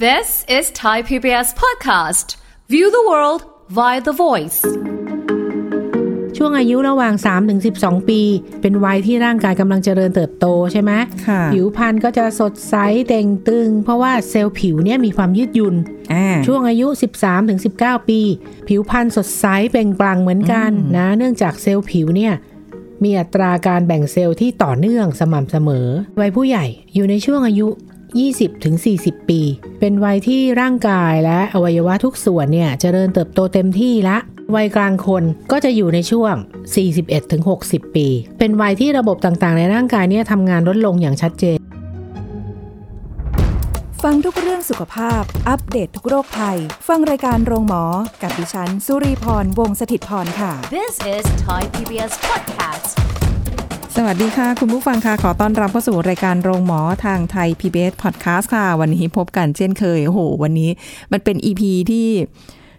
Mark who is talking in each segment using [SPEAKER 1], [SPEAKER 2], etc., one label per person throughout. [SPEAKER 1] This is Thai PBS podcast. View the world via the voice.
[SPEAKER 2] ช่วงอายุระหว่าง 3-12 ปี เป็นวัยที่ร่างกายกำลังเจริญเติบโตใช่ไหม
[SPEAKER 3] ค่ะ
[SPEAKER 2] ผิวพรรณก็จะสดใสเต่งตึง เพราะว่าเซลล์ผิวเนี่ยมีความยืดหยุ่น
[SPEAKER 3] อ่า
[SPEAKER 2] ช่วงอายุ 13-19 ปี ผิวพรรณสดใสเปล่งปลั่งเหมือนกันนะ เนื่องจากเซลล์ผิวเนี่ย มีอัตราการแบ่งเซลล์ที่ต่อเนื่องสม่ำเสมอ วัยผู้ใหญ่อยู่ในช่วงอายุ 20-40 ปี เป็นวัยที่ร่างกายและอวัยวะทุกส่วนเนี่ยจเจริญเติบโตเต็มที่ละ วัยกลางคนก็จะอยู่ในช่วง 41-60 ปี เป็นวัยที่ระบบต่างๆ ในร่างกายเนี่ยทำงานลดลงอย่างชัดเจน
[SPEAKER 4] ฟังทุกเรื่องสุขภาพ อัปเดตทุกโรคภัย ฟังรายการโรงหมอ กับดิฉัน สุรีพร วงศิตพรค่ะ
[SPEAKER 1] This is Thai PBS podcast.
[SPEAKER 3] สวัสดีค่ะ คุณผู้ฟังค่ะ ขอต้อนรับเข้าสู่รายการโรงหมอทางไทย PBS Podcast ค่ะ วันนี้พบกันเช่นเคย โอ้โห วันนี้มันเป็น EP ที่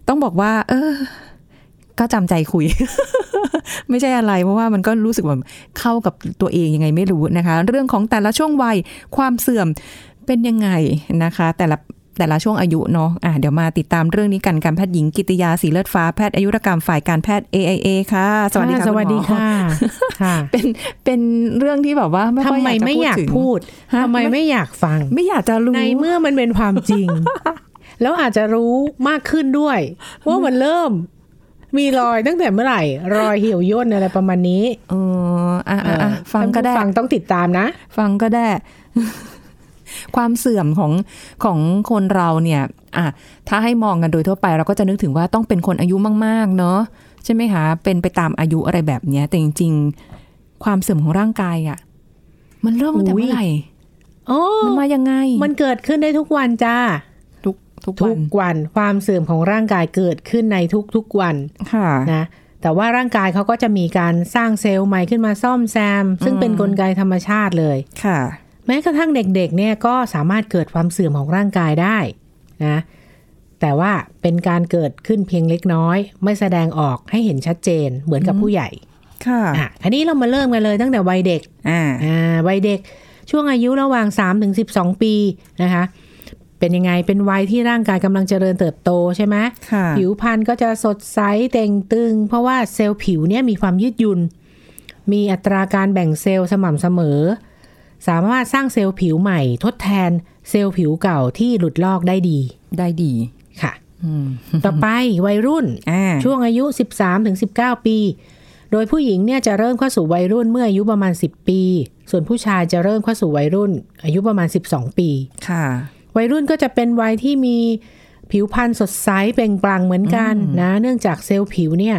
[SPEAKER 3] ต้องบอกว่า เออ ก็จำใจคุย ไม่ใช่อะไร เพราะว่ามันก็รู้สึกแบบเข้ากับตัวเองยังไงไม่รู้นะคะ เรื่องของแต่ละช่วงวัยความเสื่อมเป็นยังไงนะคะ แต่ละแต่ละช่วงอายุเนาะอ่ะเดี๋ยวมาติดตามเรื่องนี้กันการแพทย์หญิงกิติยาสีเลือดฟ้าแพทย์อายุรกรรมฝ่ายการแพทย์ AIA ค่ะ สวัสดีค่ะ
[SPEAKER 2] สวัสดี
[SPEAKER 3] ณหมอ
[SPEAKER 2] ค่ะ ค่ะ
[SPEAKER 3] เป็น เป็นเรื่องที่แบบว่าไม่ค่อ
[SPEAKER 2] ทำ
[SPEAKER 3] ย
[SPEAKER 2] ไมไม่
[SPEAKER 3] อ
[SPEAKER 2] อาย
[SPEAKER 3] ยาก กจะ
[SPEAKER 2] พู
[SPEAKER 3] พูด
[SPEAKER 2] ด ทำไมไม่อยากฟัง
[SPEAKER 3] ถึง ไม่อยากจะรู้
[SPEAKER 2] ในเมื่อมันเป็นความจริ ง แล้วอาจจะรู้มากขึ้นด้วย ว่ามันเริ่ม มีรอยตั้งแต่เมื่อไหร่ รอยเหี่ยวย่นอะไรประมาณนี้
[SPEAKER 3] เอออ่ะอ่ะอ่ะฟังก็ได้
[SPEAKER 2] ท่านผู้ฟังต้องติดตามนะ
[SPEAKER 3] ฟังก็ได้ ความเสื่อมของของคนเราเนี่ย อ่ะถ้าให้มองกันโดยทั่วไป เราก็จะนึกถึงว่าต้องเป็นคนอายุมาก ๆ เนาะใช่ไหมคะเป็นไปตามอายุอะไรแบบเนี้ย แต่จริง ๆ ความเสื่อมของร่างกายอะ่ะ มันเริ่มตั้งแต่
[SPEAKER 2] อุ๊ย
[SPEAKER 3] เมื่อไหร่
[SPEAKER 2] โอ้
[SPEAKER 3] มันมายังไง
[SPEAKER 2] มันเกิดขึ้นได้ทุกวันจ้า
[SPEAKER 3] ทุกทุก
[SPEAKER 2] ทุ
[SPEAKER 3] วั
[SPEAKER 2] ก
[SPEAKER 3] น
[SPEAKER 2] วันความเสื่อมของร่างกายเกิดขึ้นในทุกๆวัน
[SPEAKER 3] ค่ะ
[SPEAKER 2] นะ แต่ว่าร่างกายเขาก็จะมีการสร้างเซลล์ใหม่ขึ้นมาซ่อมแซม ซึ่งเป็นกลไกธรรมชาติเลย
[SPEAKER 3] ค่ะ
[SPEAKER 2] แม้กระทั่งเด็กๆ เนี่ยก็สามารถเกิดความเสื่อมของร่างกายได้นะ แต่ว่าเป็นการเกิดขึ้นเพียงเล็กน้อย ไม่แสดงออกให้เห็นชัดเจนเหมือนกับผู้ใหญ่
[SPEAKER 3] ค่ะ
[SPEAKER 2] อ่ะทีนี้เรามาเริ่มกันเลยตั้งแต่วัยเด็ก
[SPEAKER 3] อ่า
[SPEAKER 2] อ่าวัยเด็กช่วงอายุระหว่าง 3-12 ปีนะคะ เป็นยังไงเป็นวัยที่ร่างกายกำลังเจริญเติบโตใช่ไหม
[SPEAKER 3] ค่ะ
[SPEAKER 2] ผิวพรรณก็จะสดใสเต่งตึง เพราะว่าเซลล์ผิวเนี่ยมีความยืดหยุ่น มีอัตราการแบ่งเซลล์สม่ำเสมอ สามารถสร้างเซลล์ผิวใหม่ ทดแทนเซลล์ผิวเก่าที่หลุดลอกได้ดี
[SPEAKER 3] ได้ดี
[SPEAKER 2] ค่ะ
[SPEAKER 3] อืม
[SPEAKER 2] ต่อไปวัยรุ่น
[SPEAKER 3] อ่า
[SPEAKER 2] ช่วงอายุ 13-19 ปี โดยผู้หญิงเนี่ยจะเริ่มเข้าสู่วัยรุ่นเมื่ออายุประมาณ 10 ปี ส่วนผู้ชายจะเริ่มเข้าสู่วัยรุ่น อายุประมาณ 12 ปี
[SPEAKER 3] ค่ะ
[SPEAKER 2] วัยรุ่นก็จะเป็นวัยที่มีผิวพรรณสดใสเปล่งปลั่งเหมือนกันนะ เนื่องจากเซลล์ผิวเนี่ย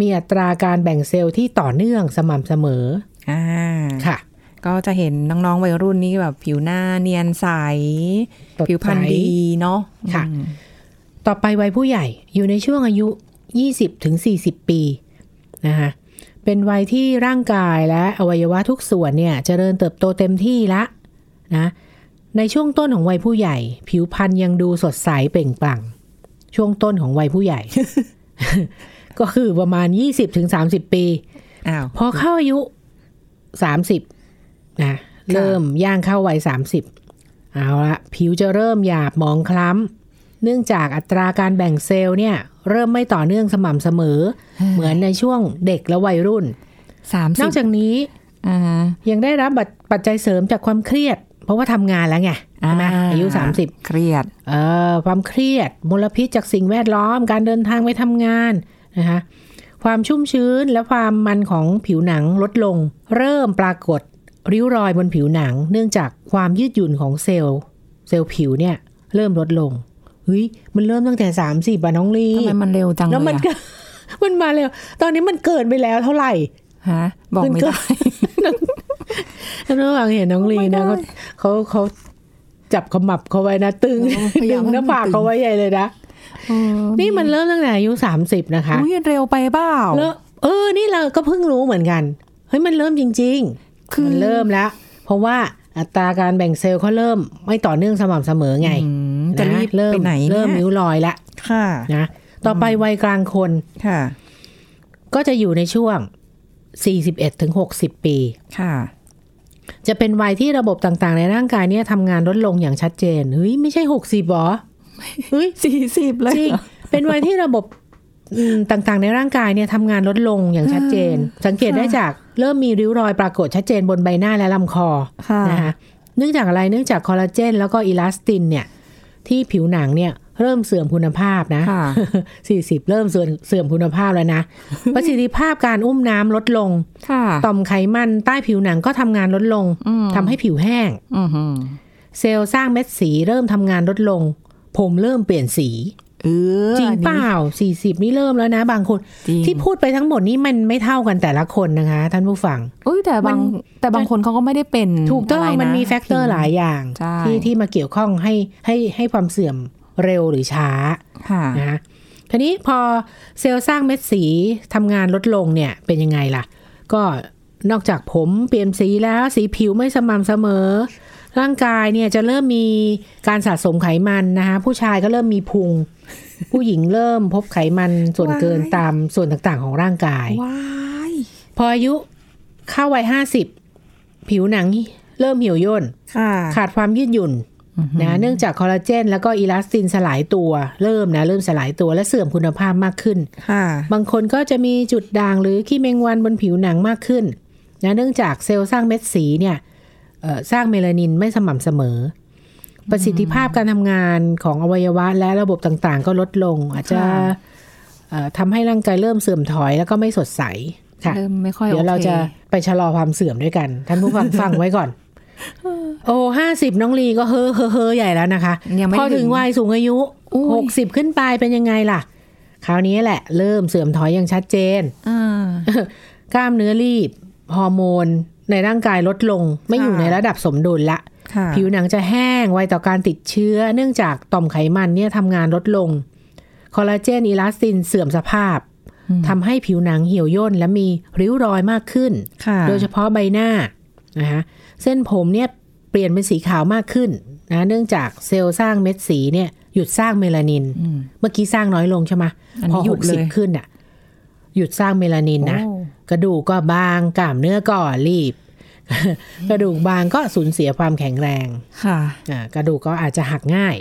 [SPEAKER 2] มีอัตราการแบ่งเซลล์ที่ต่อเนื่องสม่ำเสมอ
[SPEAKER 3] อ่า
[SPEAKER 2] ค่ะ
[SPEAKER 3] ก็จะเห็นน้องๆ วัยรุ่นนี่แบบผิวหน้าเนียนใส
[SPEAKER 2] สดใส
[SPEAKER 3] ผิวพรรณดีเนาะ
[SPEAKER 2] ค่ะ
[SPEAKER 3] อืม
[SPEAKER 2] ต่อไปวัยผู้ใหญ่อยู่ในช่วงอายุ 20-40 ปีนะคะเป็นวัยที่ร่างกายและอวัยวะทุกส่วนเนี่ยจเจริญเติบโตเต็มที่ละนะในช่วงต้นของวัยผู้ใหญ่ ผิวพรรณยังดูสดใสเปล่งปลั่ง ช่วงต้นของวัยผู้ ใหญ่ ก็คือประมาณ 20-30 ปี
[SPEAKER 3] อ้าว
[SPEAKER 2] พอเข้าอายุ 30นะเริ่มย่างเข้าวัย30 เอาละผิวจะเริ่มหยาบหมองคล้ำ เนื่องจากอัตราการแบ่งเซลล์เนี่ย เริ่มไม่ต่อเนื่องสม่ำเสมอ เหมือนในช่วงเด็กและวัยรุ่น
[SPEAKER 3] สาม
[SPEAKER 2] น
[SPEAKER 3] สิ
[SPEAKER 2] อบ กจากนี้
[SPEAKER 3] อ่า
[SPEAKER 2] ยังได้รับปัจจัยเสริมจากความเครียด เพราะว่าทำงานแล้วไงใช่ไหมอายุ 30
[SPEAKER 3] เครียด
[SPEAKER 2] เอ่อความเครียดมลพิษจากสิ่งแวดล้อม การเดินทางไปทำงานนะคะความชุ่มชื้นและความมันของผิวหนังลดลง เริ่มปรากฏริ้วรอยบนผิวหนัง เนื่องจากความยืดหยุ่นของเซลล์ เซลล์ผิวเนี่ย เริ่มลดลงเฮ้ยมันเริ่มตั้งแต่สามสิบอะน้องลี
[SPEAKER 3] ทำไมมันเร็วจังเลย
[SPEAKER 2] แล้วมัน
[SPEAKER 3] อะ
[SPEAKER 2] ก็ มันมาเร็วตอนนี้มันเกินไปแล้วเท่าไหร่
[SPEAKER 3] ฮะ บอก
[SPEAKER 2] มัน
[SPEAKER 3] ไม่
[SPEAKER 2] เกิน
[SPEAKER 3] ได้
[SPEAKER 2] ท่านผู้ฟังเห็นน้องลีนะเขาเขาเขาจับขมับเขาไว้นะตึง
[SPEAKER 3] โอ้พยายา
[SPEAKER 2] ดึ
[SPEAKER 3] ม
[SPEAKER 2] งหน้าผาก
[SPEAKER 3] ให้มันตึง
[SPEAKER 2] เขาไว้ใหญ่เลยนะ
[SPEAKER 3] เออ
[SPEAKER 2] นี่มันเริ่มตั้งแต่อายุสามสิบนะคะ
[SPEAKER 3] อุ๊ยเร็วไปเปล่า
[SPEAKER 2] แล้วเออ นี่เราก็เพิ่งรู้เหมือนกัน เฮ้ย มันเริ่มจริง ๆ มันเริ่มแล้ว เพราะว่าอัตราการแบ่งเซลล์เขาเริ่มไม่ต่อเนื่องสม่ำเสมอไง
[SPEAKER 3] อืมจะ
[SPEAKER 2] น
[SPEAKER 3] รีบ
[SPEAKER 2] เริ่ม
[SPEAKER 3] ไปไหน
[SPEAKER 2] เริ่ม
[SPEAKER 3] นี่
[SPEAKER 2] นิ้
[SPEAKER 3] ยว
[SPEAKER 2] รอยละ
[SPEAKER 3] ค่ะ
[SPEAKER 2] นะ ต่อไปวัยกลางคน
[SPEAKER 3] ค่ะ
[SPEAKER 2] ก็จะอยู่ในช่วง 41-60 ปี
[SPEAKER 3] ค่ะ
[SPEAKER 2] จะเป็นวัยที่ระบบต่างๆ ในร่างกายเนี่ยทำงานลดลงอย่างชัดเจนเฮ้ยไม่ใช่หกสิบหรอเฮ้ย
[SPEAKER 3] สี่สิบเลย
[SPEAKER 2] จริง
[SPEAKER 3] เหรอ
[SPEAKER 2] เป็นวัยที่ระบบอืมต่างๆ ในร่างกายเนี่ยทำงานลดลงอย่างชัดเจน สังเกตได้จากเริ่มมีริ้วรอยปรากฏชัดเจนบนใบหน้าและลำคอ
[SPEAKER 3] ค่ะ
[SPEAKER 2] นะคะเนื่องจากอะไรเนื่องจากคอลลาเจนแล้วก็อีลาสตินเนี่ยที่ผิวหนังเนี่ยเริ่มเสื่อมคุณภาพนะ
[SPEAKER 3] ค่ะ
[SPEAKER 2] สี่สิบเริ่มเสื่อมเสื่อมคุณภาพ แล้วนะ ประสิทธิภาพการอุ้มน้ำลดลง
[SPEAKER 3] ค่ะ
[SPEAKER 2] ต่อมไขมันใต้ผิวหนังก็ทำงานลดลงทำให้ผิวแห้ง
[SPEAKER 3] อือหือ
[SPEAKER 2] เซลล์สร้างเม็ดสีเริ่มทำงานลดลง ผมเริ่มเปลี่ยนสี
[SPEAKER 3] เออ
[SPEAKER 2] จริงเปล่าสี่สิบนี่เริ่มแล้วนะบางคน
[SPEAKER 3] จริง
[SPEAKER 2] ที่พูดไปทั้งหมดนี้มันไม่เท่ากันแต่ละคนนะคะ ท่านผู้ฟัง
[SPEAKER 3] เอ้ยแต่บางแต่บางคนเขาก็ไม่ได้เป็น
[SPEAKER 2] ถูกต้อง
[SPEAKER 3] ะไะ
[SPEAKER 2] มันมีแฟกเตอร์หลายอย่าง
[SPEAKER 3] ใช่
[SPEAKER 2] ที่ที่มาเกี่ยวข้องให้ให้ให้ความเสื่อมเร็วหรือช้า
[SPEAKER 3] ค่ะ
[SPEAKER 2] นะคะทีนี้พอเซลล์สร้างเม็ดสีทำงานลดลงเนี่ยเป็นยังไงล่ะ ก็นอกจากผมเปลี่ยนสีแล้วสีผิวไม่สม่ำเสมอ ร่างกายเนี่ยจะเริ่มมีการสะสมไขมันนะคะผู้ชายก็เริ่มมีพุง ผู้หญิงเริ่มพบไขมันส่วนเกิน
[SPEAKER 3] ว้าย
[SPEAKER 2] ตามส่วนต่างๆของร่างกาย
[SPEAKER 3] ว้าย
[SPEAKER 2] พออายุเข้าวัยห้าสิบผิวหนังเริ่มเหี่ยวย่น
[SPEAKER 3] ค่ะ
[SPEAKER 2] ขาดความยืดหยุ่นนะเนื่องจากคอลลาเจน แล้วก็อีลาสตินสลายตัว เริ่มนะเริ่มสลายตัวและเสื่อมคุณภาพมากขึ้น
[SPEAKER 3] ค่ะ
[SPEAKER 2] บางคนก็จะมีจุดด่างหรือขี้แมงวันบนผิวหนังมากขึ้นนะเนื่องจากเซลล์สร้างเม็ดสีเนี่ยเอ่อสร้างเมลานินไม่สม่ำเสมอ ประสิทธิภาพการทำงานของอวัยวะและระบบต่างๆ ก็ลดลง อาจจะ
[SPEAKER 3] ค่ะ
[SPEAKER 2] เอ่อทำให้ร่างกายเริ่มเสื่อมถอยแล้วก็ไม่สดใสค่ะ
[SPEAKER 3] เริ่มไม่ค่อย
[SPEAKER 2] เดี๋ยวเรา
[SPEAKER 3] โอค
[SPEAKER 2] จะไปชะลอความเสื่อมด้วยกัน ท่านผู้ฟัง ฟังไว้ ก่อน โอ้ห้าสิบน้องลีก็เฮ้อเฮ้อเฮ้อใหญ่แล้วนะคะ
[SPEAKER 3] ยังไม่
[SPEAKER 2] พอถึงวัยสูงอายุ
[SPEAKER 3] โอ้ย
[SPEAKER 2] หกสิบขึ้นไปเป็นยังไงล่ะ คราวนี้แหละ เริ่มเสื่อมถอยอย่างชัดเจน
[SPEAKER 3] อ่า
[SPEAKER 2] กล้ามเนื้อรีบ ฮอร์โมน ในร่างกายลดลง ไม่อยู่
[SPEAKER 3] ค่ะ
[SPEAKER 2] ในระดับสมดุลละ
[SPEAKER 3] ค่ะ
[SPEAKER 2] ผิวหนังจะแห้งไวต่อการติดเชื้อ เนื่องจากต่อมไขมันเนี่ยทำงานลดลง คอลลาเจนอีลาสตินเสื่อมสภาพทำให้ผิวหนังเหี่ยวย่นและมีริ้วรอยมากขึ้น
[SPEAKER 3] ค่ะ
[SPEAKER 2] โดยเฉพาะใบหน้านะคะเส้นผมเนี่ยเปลี่ยนเป็นสีขาวมากขึ้นนะเนื่องจากเซลล์สร้างเม็ดสีเนี่ยหยุดสร้างเมลานิน เมื่อกี้สร้างน้อยลงใช่ไหม
[SPEAKER 3] น
[SPEAKER 2] พอ
[SPEAKER 3] นี้
[SPEAKER 2] หกสิบขึ้นอ่ะหยุดสร้างเมลานินนะ
[SPEAKER 3] โอ้
[SPEAKER 2] กระดูกก็บางกล้ามเนื้อก็รีบ กระดูกบางก็สูญเสียความแข็งแรง
[SPEAKER 3] ค่ะ
[SPEAKER 2] อ่ากระดูกก็อาจจะหักง่าย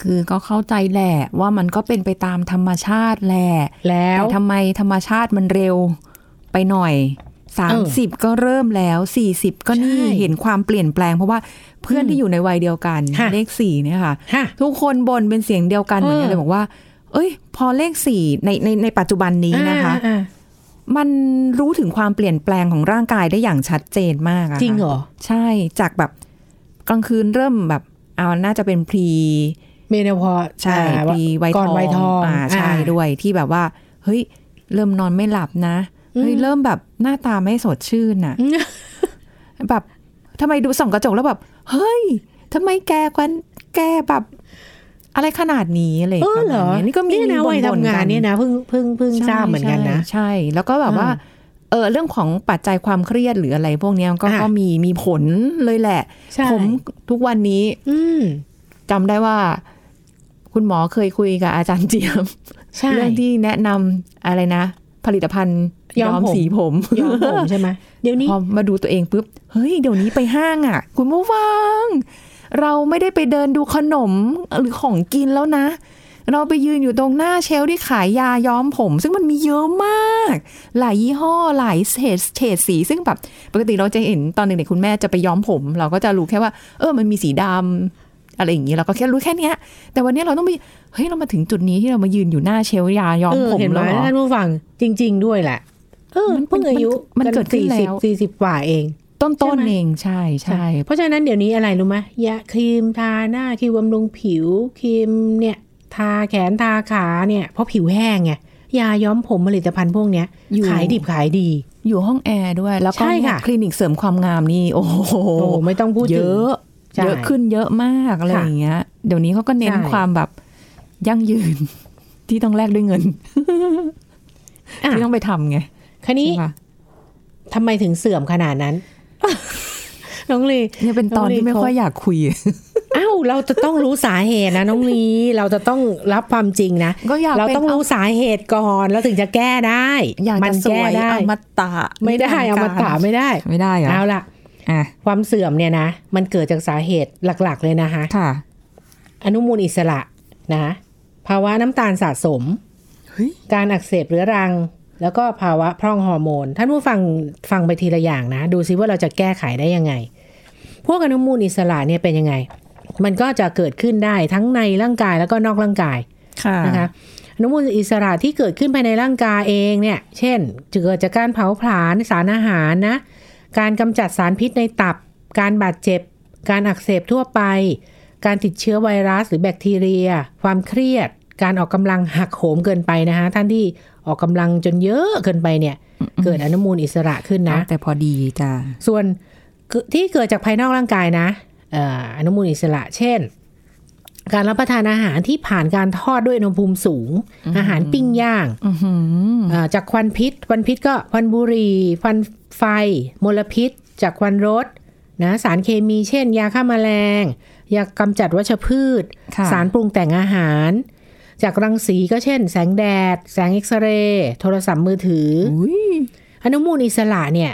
[SPEAKER 3] คือก็เข้าใจแหละว่ามันก็เป็นไปตามธรรมชาติแหละ
[SPEAKER 2] แล้ว
[SPEAKER 3] แต่ทำไมธรรมชาติมันเร็วไปหน่อย 30 ก็เริ่มแล้ว 40 ก็นี่
[SPEAKER 2] ใช่
[SPEAKER 3] เห็นความเปลี่ยนแปลง เพราะว่าเพื่อนที่อยู่ในวัยเดียวกัน
[SPEAKER 2] ค่ะ
[SPEAKER 3] เลขสี่เนี่ยค่ะ
[SPEAKER 2] ฮะ
[SPEAKER 3] ทุกคนบ่นเป็นเสียงเดียวกันเหมือนกั
[SPEAKER 2] เอน อ
[SPEAKER 3] เลยบอกว่า เอ้ย พอเลขสี่ในในในปัจจุบันนี้นะคะ
[SPEAKER 2] อ่า
[SPEAKER 3] มันรู้ถึงความเปลี่ยนแปลงของร่างกายได้อย่างชัดเจนมาก
[SPEAKER 2] ๆ
[SPEAKER 3] อะค่ะ
[SPEAKER 2] ๆจริงเหรอ
[SPEAKER 3] ใช่จากแบบกลางคืนเริ่มแบบเอาน่าจะเป็นพรี
[SPEAKER 2] เมนพอ
[SPEAKER 3] ใช่พรีไวท์
[SPEAKER 2] ก่อนไวท์ทอง
[SPEAKER 3] อ่าใช่
[SPEAKER 2] อ่า
[SPEAKER 3] ด้วยที่แบบว่า เฮ้ย เริ่มนอนไม่หลับนะเฮ้ยเริ่มแบบหน้าตาไม่สดชื่นน่ะ
[SPEAKER 2] อืม
[SPEAKER 3] แบบทำไมดูส่องกระจกแล้วแบบ เฮ้ยทำไมแกกวันแกแบบ อะไรขนาดนี้อะไร
[SPEAKER 2] เอ
[SPEAKER 3] ป
[SPEAKER 2] อ
[SPEAKER 3] ระมาณ
[SPEAKER 2] เหรอ
[SPEAKER 3] นี้ยนี่ก็มี
[SPEAKER 2] เนี่ยนะวัย
[SPEAKER 3] บ่ๆ
[SPEAKER 2] ทำงาน
[SPEAKER 3] กั
[SPEAKER 2] เนี่ยนะเพิ่งเพิ่งเพิ่งทราบเหมือนกันนะ
[SPEAKER 3] ใช่ใช่แล้วก็แบบว่า
[SPEAKER 2] อ่า
[SPEAKER 3] เออเรื่องของปัจจัยความเครียดหรืออะไรพวกเนี้ยก็
[SPEAKER 2] อ่ะ
[SPEAKER 3] ก็มีมีผลเลยแหละ
[SPEAKER 2] ใช่
[SPEAKER 3] ผมทุกวันนี้
[SPEAKER 2] อืม
[SPEAKER 3] จำได้ว่า คุณหมอเคยคุยกับอาจารย์เจียม
[SPEAKER 2] ใช่
[SPEAKER 3] เรื่องที่แนะนำอะไรนะ ผลิตภัณฑ์ย้อมสีผม
[SPEAKER 2] ย้อมผมใช่ไหมเดี๋ยวนี้
[SPEAKER 3] พอมาดูตัวเองปุ๊บ เฮ้ย เดี๋ยวนี้ไปห้างอ่ะ คุณผู้ฟัง เราไม่ได้ไปเดินดูขนมหรือของกินแล้วนะ เราไปยืนอยู่ตรงหน้าเชลฟ์ที่ขายยาย้อมผม ซึ่งมันมีเยอะมาก หลายยี่ห้อหลายเฉดเฉดสี ซึ่งแบบปกติเราจะเห็นตอนเด็กๆคุณแม่จะไปย้อมผม เราก็จะรู้แค่ว่า เออมันมีสีดำอะไรอย่างนี้เราก็แค่รู้แค่เนี้ย แต่วันนี้เราต้องไปเฮ้ยเรามาถึงจุดนี้ที่เรามายืนอยู่หน้าเชลฟ์ยาย้อม
[SPEAKER 2] เออ
[SPEAKER 3] ผม
[SPEAKER 2] เห็นไหม
[SPEAKER 3] แล้วเหรอ
[SPEAKER 2] ท่านผู้ฟังจริง ๆ ด้วยแหละเออ
[SPEAKER 3] มัน
[SPEAKER 2] เพิ่งอายุ
[SPEAKER 3] มันเกิดขึ้นแล้ว
[SPEAKER 2] สี่สิบสี่สิบกว่าเอง
[SPEAKER 3] ต้น
[SPEAKER 2] ใช่
[SPEAKER 3] ต้น
[SPEAKER 2] ไหม
[SPEAKER 3] เองใช่ใช่
[SPEAKER 2] เพราะฉะนั้นเดี๋ยวนี้อะไรรู้ไหมยาครีมทาหน้าครีมบำรุงผิวครีมเนี่ย ทาแขนทาขาเนี่ย เพราะผิวแห้งไงยาย้อมผมผลิตภัณฑ์พวกเนี้ย
[SPEAKER 3] อยู่
[SPEAKER 2] ขายดิบขายดี
[SPEAKER 3] อยู่ห้องแอร์ด้วย แล้วก็
[SPEAKER 2] ใช่
[SPEAKER 3] เนี่ย
[SPEAKER 2] ค่ะ
[SPEAKER 3] คลินิกเสริมความงามนี่ โอ้โห
[SPEAKER 2] โอ้ไม่ต้องพูด
[SPEAKER 3] เย
[SPEAKER 2] ถึง
[SPEAKER 3] อะ
[SPEAKER 2] ใช่
[SPEAKER 3] เยอะขึ้นเยอะมากอะไร
[SPEAKER 2] ค่ะ
[SPEAKER 3] อย่างเงี้ย เดี๋ยวนี้เขาก็เน้น
[SPEAKER 2] ใช่
[SPEAKER 3] ความแบบยั่งยืน ที่ต้องแลกด้วยเงิน
[SPEAKER 2] อ่ะ
[SPEAKER 3] ที่ต้องไปทำไง
[SPEAKER 2] คันนี้
[SPEAKER 3] ใช่ปะ
[SPEAKER 2] ทำไมถึงเสื่อมขนาด นั้น น้องลี
[SPEAKER 3] เนี่ยเป็นตอนที่ไม่ค่อยอยากคุย
[SPEAKER 2] อ้าวเราจะต้องรู้สาเหตุนะน้องลีเราจะต้องรับความจริงนะ
[SPEAKER 3] ก็อยาก
[SPEAKER 2] เรา
[SPEAKER 3] เป็น
[SPEAKER 2] ต้องรู้สาเหตุก่อนแล้วถึงจะแก้ได้
[SPEAKER 3] อยาก
[SPEAKER 2] มั
[SPEAKER 3] จะส
[SPEAKER 2] แก้
[SPEAKER 3] วย
[SPEAKER 2] ได้
[SPEAKER 3] อมตะ
[SPEAKER 2] ไม่ได้เอามาตาไม่ได้
[SPEAKER 3] ไม่ได้เหรอ
[SPEAKER 2] เอาล่ะ
[SPEAKER 3] อ่ะ
[SPEAKER 2] ความเสื่อมเนี่ยนะ มันเกิดจากสาเหตุหลักๆเลยนะคะ
[SPEAKER 3] ค่ะ
[SPEAKER 2] อนุมูลอิสระนะภาวะน้ำตาลสะสม
[SPEAKER 3] เฮ้ย
[SPEAKER 2] การอักเสบเรื้อรัง แล้วก็ภาวะพร่องฮอร์โมน ท่านผู้ฟังฟังไปทีละอย่างนะ ดูซิว่าเราจะแก้ไขได้ยังไง พวกอนุมูลอิสระเนี่ยเป็นยังไง มันก็จะเกิดขึ้นได้ทั้งในร่างกายแล้วก็นอกร่างกาย
[SPEAKER 3] ค่ะ
[SPEAKER 2] นะคะอนุมูลอิสระที่เกิดขึ้นภายในร่างกายเองเนี่ย เช่นเกิดจากการเผาผลาญสารอาหารนะ การกำจัดสารพิษในตับ การบาดเจ็บ การอักเสบทั่วไป การติดเชื้อไวรัสหรือแบคทีเรีย ความเครียด การออกกำลังหักโหมเกินไปนะคะท่านที่ออกกำลังจนเยอะเกินไปเนี่ย เกิดอนุมูลอิสระขึ้นนะ
[SPEAKER 3] เอาแต่พอดีจ้ะ
[SPEAKER 2] ส่วนเกิดที่เกิดจากภายนอกร่างกายนะเอ่ออนุมูลอิสระ เช่น การรับประทานอาหารที่ผ่านการทอดด้วยอุณหภูมิสูง อาหารปิ้งย่าง
[SPEAKER 3] อือหือ
[SPEAKER 2] เอ่อจากควันพิษ ควันพิษก็ควันบุหรี่ควันไฟ มลพิษ จากควันรถนะสารเคมีเช่น ยาฆ่าแมลง ยากำจัดวัชพืช
[SPEAKER 3] ค่ะ
[SPEAKER 2] สารปรุงแต่งอาหาร จากรังสีก็เช่น แสงแดด แสงเอ็กซเรย์โทรศัพท์มือถืออ
[SPEAKER 3] อุ้ย
[SPEAKER 2] อนุมูลอิสระเนี่ย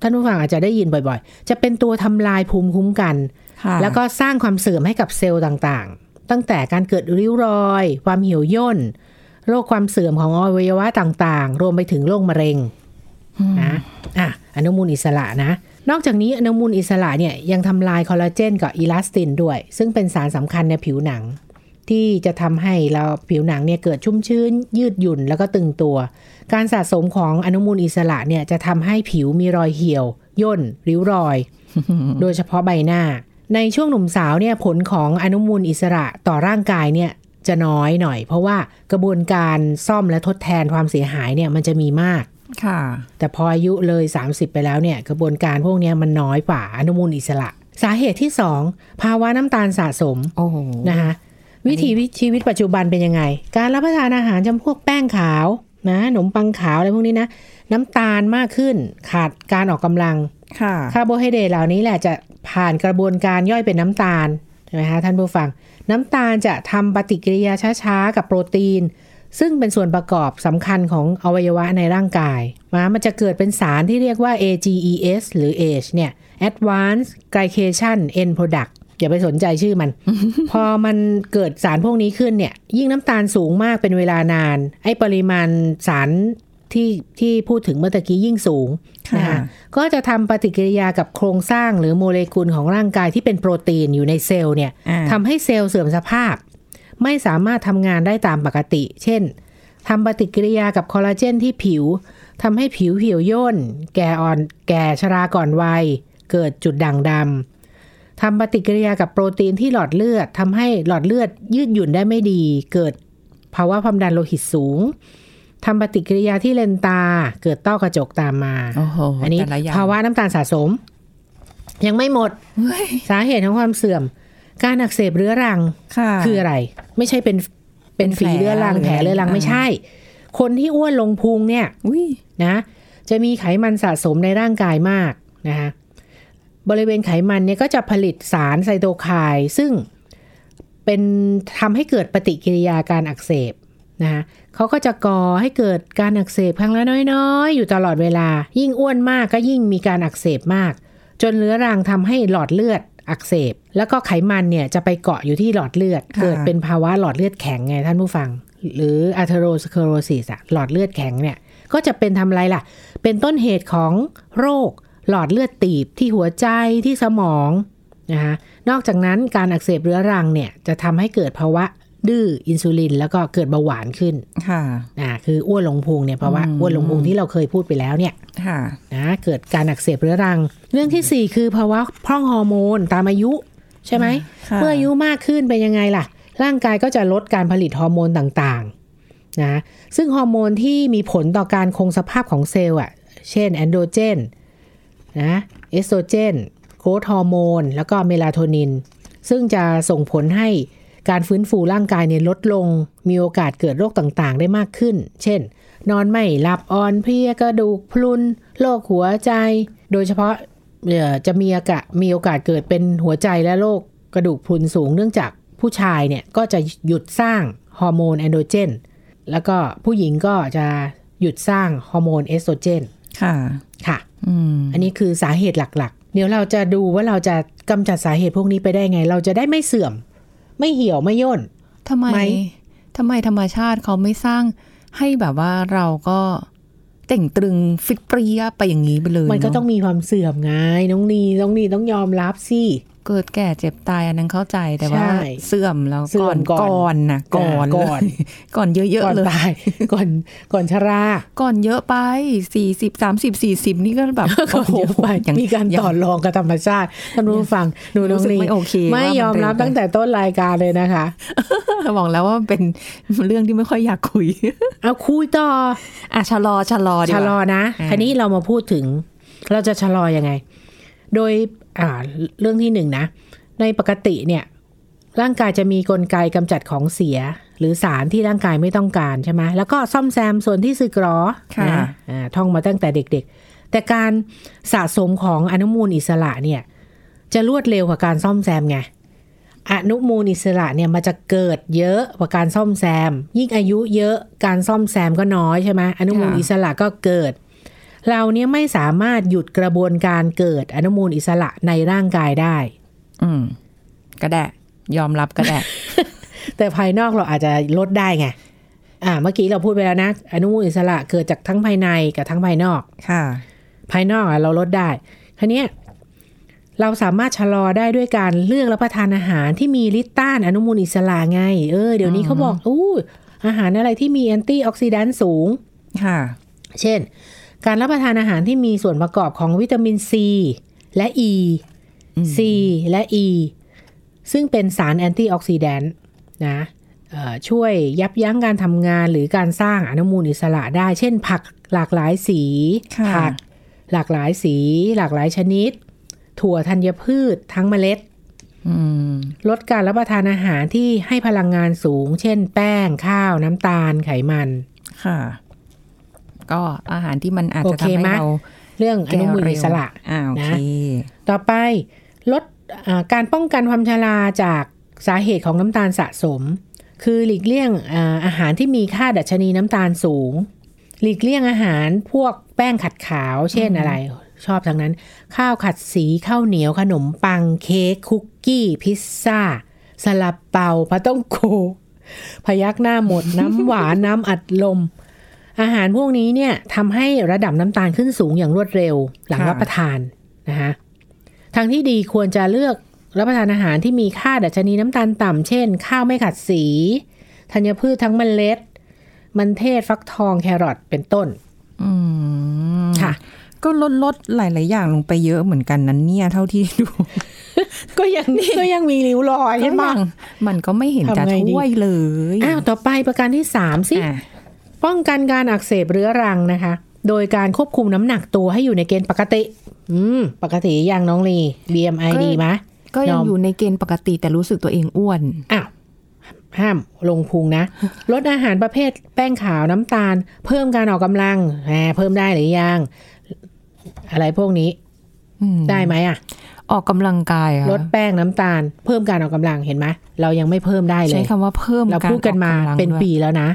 [SPEAKER 2] ท่านผู้ฟังอาจจะได้ยินบ่อยๆ จะเป็นตัวทำลายภูมิคุ้มกัน
[SPEAKER 3] ค่ะ
[SPEAKER 2] แล้วก็สร้างความเสื่อมให้กับเซลล์ต่างๆ ตั้งแต่การเกิดริ้วรอย ความเหี่ยวย่น โรคความเสื่อมของอวัยวะต่างๆ รวมไปถึงโรคมะเร็งนะอ่ะอนุมูลอิสระนะ นอกจากนี้อนุมูลอิสระเนี่ยยังทำลายคอลลาเจนกับอีลาสตินด้วย ซึ่งเป็นสารสำคัญในผิวหนัง ที่จะทำให้เราผิวหนังเนี่ยเกิดชุ่มชื้น ยืดหยุ่นแล้วก็ตึงตัว การสะสมของอนุมูลอิสระเนี่ยจะทำให้ผิวมีรอยเหี่ยว ย่น ริ้วรอย โดยเฉพาะใบหน้า ในช่วงหนุ่มสาวเนี่ยผลของอนุมูลอิสระต่อร่างกายเนี่ยจะน้อยหน่อย เพราะว่ากระบวนการซ่อมและทดแทนความเสียหายเนี่ยมันจะมีมาก
[SPEAKER 3] ค่ะ
[SPEAKER 2] แต่พออายุเลย 30 ไปแล้วเนี่ยกระบวนการพวกเนี้ยมันน้อยกว่าอนุมูลอิสระ สาเหตุที่สองภาวะน้ำตาลสะสม
[SPEAKER 3] โอ้โห
[SPEAKER 2] นะคะวิถีชีวิตปัจจุบันเป็นยังไง การรับประทานอาหารจำพวกแป้งขาวนะขนมปังขาวอะไรพวกนี้นะ น้ำตาลมากขึ้น ขาดการออกกำลัง
[SPEAKER 3] ค่ะ
[SPEAKER 2] คาร์โบไฮเดรตเหล่านี้แหละจะผ่านกระบวนการย่อยเป็นน้ำตาลใช่ไหมคะท่านผู้ฟัง น้ำตาลจะทำปฏิกิริยาช้าๆ กับโปรตีน ซึ่งเป็นส่วนประกอบสำคัญของอวัยวะในร่างกายนะมันจะเกิดเป็นสารที่เรียกว่า AGEs หรือ AGE เนี่ย Advanced Glycation End Product อย่าไปสนใจชื่ อมัน พอมันเกิดสารพวกนี้ขึ้นเนี่ย ยิ่งน้ำตาลสูงมากเป็นเวลานาน ไอ้ปริมาณสารที่ที่พูดถึงเมื่อตะกี้ยิ่งสูง นะ
[SPEAKER 3] ค่ะ
[SPEAKER 2] คะก็จะทำปฏิกิริยากับโครงสร้างหรือโมเลกุลของร่างกายที่เป็นโปรตีนอยู่ในเซลล์เนี่ย
[SPEAKER 3] อ่า
[SPEAKER 2] ทำให้เซลล์เสื่อมสภาพ ไม่สามารถทำงานได้ตามปกติ เช่นทำปฏิกิริยากับคอลลาเจนที่ผิวทำให้ผิวเหี่ยวย่น แก่อ่อน แก่ชราก่อนวัย เกิดจุดด่างดำทำปฏิกิริยากับโปรตีนที่หลอดเลือดทำให้หลอดเลือดยืดหยุ่นได้ไม่ดี เกิดภาวะความดันโลหิตสูงทำปฏิกิริยาที่เลนส์ตา เกิดต้อกระจกตามมา
[SPEAKER 3] โอ้โห
[SPEAKER 2] อันนี้
[SPEAKER 3] แต่ละอย่าง
[SPEAKER 2] ภาวะน้ำตาลสะสม ยังไม่หมด
[SPEAKER 3] เฮ้ย
[SPEAKER 2] สาเหตุของความเสื่อม การอักเสบเรื้อรัง
[SPEAKER 3] ค่ะ
[SPEAKER 2] คืออะไร ไม่ใช่เป็นเป็น
[SPEAKER 3] เป็นแผล
[SPEAKER 2] ฝีเรื้อรัง
[SPEAKER 3] หรือ
[SPEAKER 2] แผลเรื้อรัง
[SPEAKER 3] อ่า
[SPEAKER 2] ไม่ใช่ คนที่อ้วนลงพุงเนี่ย
[SPEAKER 3] อุ้ย
[SPEAKER 2] นะจะมีไขมันสะสมในร่างกายมากนะคะบริเวณไขมันเนี่ยก็จะผลิตสารไซโตไคน์ซึ่งเป็นทำให้เกิดปฏิกิริยาการอักเสบนะคะเขาก็จะก่อให้เกิดการอักเสบครั้งละน้อยๆ อยู่ตลอดเวลา ยิ่งอ้วนมากก็ยิ่งมีการอักเสบมาก จนเรื้อรังทำให้หลอดเลือดอักเสบ แล้วก็ไขมันเนี่ยจะไปเกาะอยู่ที่หลอดเลือด เกิดเป็นภาวะหลอดเลือดแข็งไงท่านผู้ฟัง หรือ atherosclerosis อะหลอดเลือดแข็งเนี่ยก็จะเป็นทำอะไรล่ะ เป็นต้นเหตุของโรคหลอดเลือดตีบที่หัวใจที่สมองนะคะนอกจากนั้นการอักเสบเรื้อรังเนี่ยจะทำให้เกิดภาวะดื้ออินซูลิน แล้วก็เกิดเบาหวานขึ้น
[SPEAKER 3] ค่ะ
[SPEAKER 2] อ่าคืออ้วนลงพุงเนี่ยภาวะ
[SPEAKER 3] อืม
[SPEAKER 2] อ้วนลงพุงที่เราเคยพูดไปแล้วเนี่ย
[SPEAKER 3] ค่ะ
[SPEAKER 2] นะเกิดการอักเสบเรื้อรัง เรื่องที่สี่คือภาวะพร่องฮอร์โมนตามอายุ ใช่ไหม
[SPEAKER 3] ค่ะ
[SPEAKER 2] เมื่ออายุมากขึ้นเป็นยังไงล่ะ ร่างกายก็จะลดการผลิตฮอร์โมนต่างๆนะซึ่งฮอร์โมนที่มีผลต่อการคงสภาพของเซลล์อ่ะ เช่นแอนโดรเจนนะเอสโตรเจนโกรทฮอร์โมนแล้วก็เมลาโทนิน ซึ่งจะส่งผลให้การฟื้นฟูร่างกายเนี่ยลดลง มีโอกาสเกิดโรคต่างๆ ได้มากขึ้น เช่น นอนไม่หลับอ่อนเพลียกระดูกพรุนโรคหัวใจ โดยเฉพาะเอ่อจะมีอากามีโอกาสเกิดเป็นหัวใจและโรคกระดูกพรุนสูง เนื่องจากผู้ชายเนี่ยก็จะหยุดสร้างฮอร์โมนแอนโดรเจน แล้วก็ผู้หญิงก็จะหยุดสร้างฮอร์โมนเอสโตรเจน
[SPEAKER 3] ค่ะ
[SPEAKER 2] ค่ะ
[SPEAKER 3] อืม
[SPEAKER 2] อันนี้คือสาเหตุหลัก เดี๋ยวเราจะดูว่าเราจะกำจัดสาเหตุพวกนี้ไปได้ไง เราจะได้ไม่เสื่อม ไม่เหี่ยวไม่ย่น
[SPEAKER 3] ทำไม
[SPEAKER 2] ไหม
[SPEAKER 3] ทำไมธรรมชาติเขาไม่สร้างให้แบบว่าเราก็เต่งตรึงฟิตเปรี้ยไปอย่างนี้ไปเลย
[SPEAKER 2] มันก็
[SPEAKER 3] เอะ
[SPEAKER 2] ต้องมีความเสื่อมไงน้องนีน้องนีต้องยอมรับสิ
[SPEAKER 3] เกิดแก่เจ็บตายอันนั้นเข้าใจแต่ว่า
[SPEAKER 2] ใช่
[SPEAKER 3] เสื่อมแล้ว
[SPEAKER 2] เสื่
[SPEAKER 3] ก่
[SPEAKER 2] อม
[SPEAKER 3] อน
[SPEAKER 2] ก่อน
[SPEAKER 3] ก่อนนะก่อน
[SPEAKER 2] อ่าก่อน
[SPEAKER 3] เลยก่อนเยอะ
[SPEAKER 2] ก่อ
[SPEAKER 3] ๆ
[SPEAKER 2] น
[SPEAKER 3] เลย
[SPEAKER 2] ตาย ก่อนก่อนชรา
[SPEAKER 3] ก่อนเยอะไปสี่สิบสามสิบสี่สิบนี่ก็ แบบ
[SPEAKER 2] ก่อนเยอะไป
[SPEAKER 3] ย่ง
[SPEAKER 2] มีการ
[SPEAKER 3] ย่ง
[SPEAKER 2] ต่อรองกับธรรมชาติท่านผู้ฟังหนูน้อง
[SPEAKER 3] รู้สึก
[SPEAKER 2] นี
[SPEAKER 3] ไม่โอเค
[SPEAKER 2] ไม่
[SPEAKER 3] ว่ามัน
[SPEAKER 2] ยอมรับ
[SPEAKER 3] เร็วไป
[SPEAKER 2] ตั้งแต่ต้นรายการเลยนะคะ
[SPEAKER 3] บอกแล้วว่ามัน เป็นเรื่องที่ไม่ค่อยอยากคุย
[SPEAKER 2] เอาคุยต่อ
[SPEAKER 3] อ่ะชะลอชะลอดีก
[SPEAKER 2] ชะลอ
[SPEAKER 3] ว่า
[SPEAKER 2] นะ
[SPEAKER 3] อ่า
[SPEAKER 2] คันนี้เรามาพูดถึง เราจะชะลอยังไง โดยอ่าเรื่องที่หนึ่งนะ ในปกติเนี่ย ร่างกายจะมีกลไกกำจัดของเสีย หรือสารที่ร่างกายไม่ต้องการใช่ไหมแล้วก็ซ่อมแซมส่วนที่สึกหรอ
[SPEAKER 3] ค่ะ
[SPEAKER 2] นอ่าท่องมาตั้งแต่เด็กๆ แต่การสะสมของอนุมูลอิสระเนี่ย จะรวดเร็วกว่าการซ่อมแซมไง อนุมูลอิสระเนี่ยมันจะเกิดเยอะกว่าการซ่อมแซม ยิ่งอายุเยอะการซ่อมแซมก็น้อยใช่ไหมอนุมูล
[SPEAKER 3] ค่ะ
[SPEAKER 2] อิสระก็เกิด เราเนี่ยไม่สามารถหยุดกระบวนการเกิดอนุมูลอิสระในร่างกายได้
[SPEAKER 3] อืมก็ได้ยอมรับก็ได้
[SPEAKER 2] แต่ภายนอกเราอาจจะลดได้ไงอ่าเมื่อกี้เราพูดไปแล้วนะ อนุมูลอิสระเกิดจากทั้งภายในกับทั้งภายนอก
[SPEAKER 3] ค่ะ
[SPEAKER 2] ภายนอกอะเราลดได้ทีเนี้ยเราสามารถชะลอได้ด้วยการเลือกรับประทานอาหารที่มีฤทธิ์ต้านอนุมูลอิสระไง เออ เดี๋ยวนี้เขาบอกอู้อาหารอะไรที่มีแอนตี้ออกซิแดนต์สูง
[SPEAKER 3] ค่ะ
[SPEAKER 2] เช่น การรับประทานอาหารที่มีส่วนประกอบของวิตามินซีและ E C และ E ซึ่งเป็นสารแอนตี้ออกซิแดนต์นะเอ่อช่วยยับยั้งการทำงานหรือการสร้างอนุมูลอิสระได้ เช่น ผักหลากหลายสี
[SPEAKER 3] ค่ะ
[SPEAKER 2] ผัหลากหลายสี หลากหลายชนิด ถั่วธัญพืชทั้งเมล็ด
[SPEAKER 3] อืม
[SPEAKER 2] ลดการรับประทานอาหารที่ให้พลังงานสูง เช่น แป้งข้าวน้ำตาลไขมัน
[SPEAKER 3] ค่ะ ก็อาหารที่มันอาจจะ
[SPEAKER 2] โอ
[SPEAKER 3] ทำให้
[SPEAKER 2] เคมั้ย
[SPEAKER 3] เรา
[SPEAKER 2] เรื่องอ
[SPEAKER 3] แก่
[SPEAKER 2] นุมูล
[SPEAKER 3] เร็
[SPEAKER 2] อิ
[SPEAKER 3] ว
[SPEAKER 2] สระ
[SPEAKER 3] อ่าโอเค
[SPEAKER 2] ต่อไปลดอ่าการป้องกันความชราจากสาเหตุของน้ำตาลสะสม คือหลีกเลี่ยงอาอาหารที่มีค่าดัชนีน้ำตาลสูง หลีกเลี่ยงอาหารพวกแป้งขัดขาว เช่นอะไร ชอบทั้งนั้น ข้าวขัดสีข้าวเหนียวขนมปังเค้กคุกกี้ พิซซ่าสลับเปาพะต้องโกพยักหน้าหมด น้ำหวาน น้ำอัดลม อาหารพวกนี้เนี่ยทำให้ระดับน้ำตาลขึ้นสูงอย่างรวดเร็ว หลัง
[SPEAKER 3] ค่ะ
[SPEAKER 2] รับประทานนะคะทางที่ดีควรจะเลือกรับประทานอาหารที่มีค่าดัชนีน้ำตาลต่ำเช่น ข้าวไม่ขัดสีธัญพืชทั้งเมล็ด มันเทศฟักทองแครอทเป็นต้น
[SPEAKER 3] อืม
[SPEAKER 2] ค่ะ
[SPEAKER 3] ก็ลดลดหลาย ๆ อย่างลงไปเยอะเหมือนกันนั้นเนี่ย เท่าที่ดู
[SPEAKER 2] ก็ ยังก็ยังมีริ้วรอย
[SPEAKER 3] ก็
[SPEAKER 2] ใช่ไหม
[SPEAKER 3] ยังมันก็ไม่เห็นจะ
[SPEAKER 2] ทำไงดี
[SPEAKER 3] ช่วยเลย
[SPEAKER 2] อ้าวต่อไปประการที่สามสิ
[SPEAKER 3] อ่ะ
[SPEAKER 2] ป้องกันการอักเสบเรื้อรังนะคะ โดยการควบคุมน้ำหนักตัวให้อยู่ในเกณฑ์ปกติ อืม ปกติอย่างน้องลี BMI ดีไหม
[SPEAKER 3] ก็ยั
[SPEAKER 2] ยอ
[SPEAKER 3] ง
[SPEAKER 2] ม
[SPEAKER 3] อยู่ในเกณฑ์ปกติแต่รู้สึกตัวเองอ้วน
[SPEAKER 2] อ้าว ห้ามลงพุง นะ ลดอาหารประเภทแป้งขาวน้ำตาล เพิ่มการออกกำลังแหมเพิ่มได้หรือยัง อะไรพวกนี้
[SPEAKER 3] อืม
[SPEAKER 2] ได้ไหมอะ
[SPEAKER 3] ออกกำลังกายอะ
[SPEAKER 2] ลดแป้งน้ำตาล เพิ่มการออกกำลังเห็นไหมเรายังไม่เพิ่มได้เล
[SPEAKER 3] ใช้
[SPEAKER 2] ย
[SPEAKER 3] คำว่าเพิ่ม
[SPEAKER 2] เราพูดกันมา
[SPEAKER 3] ออกำลัง
[SPEAKER 2] เป็น
[SPEAKER 3] ด้วย
[SPEAKER 2] ปีแล้วนะ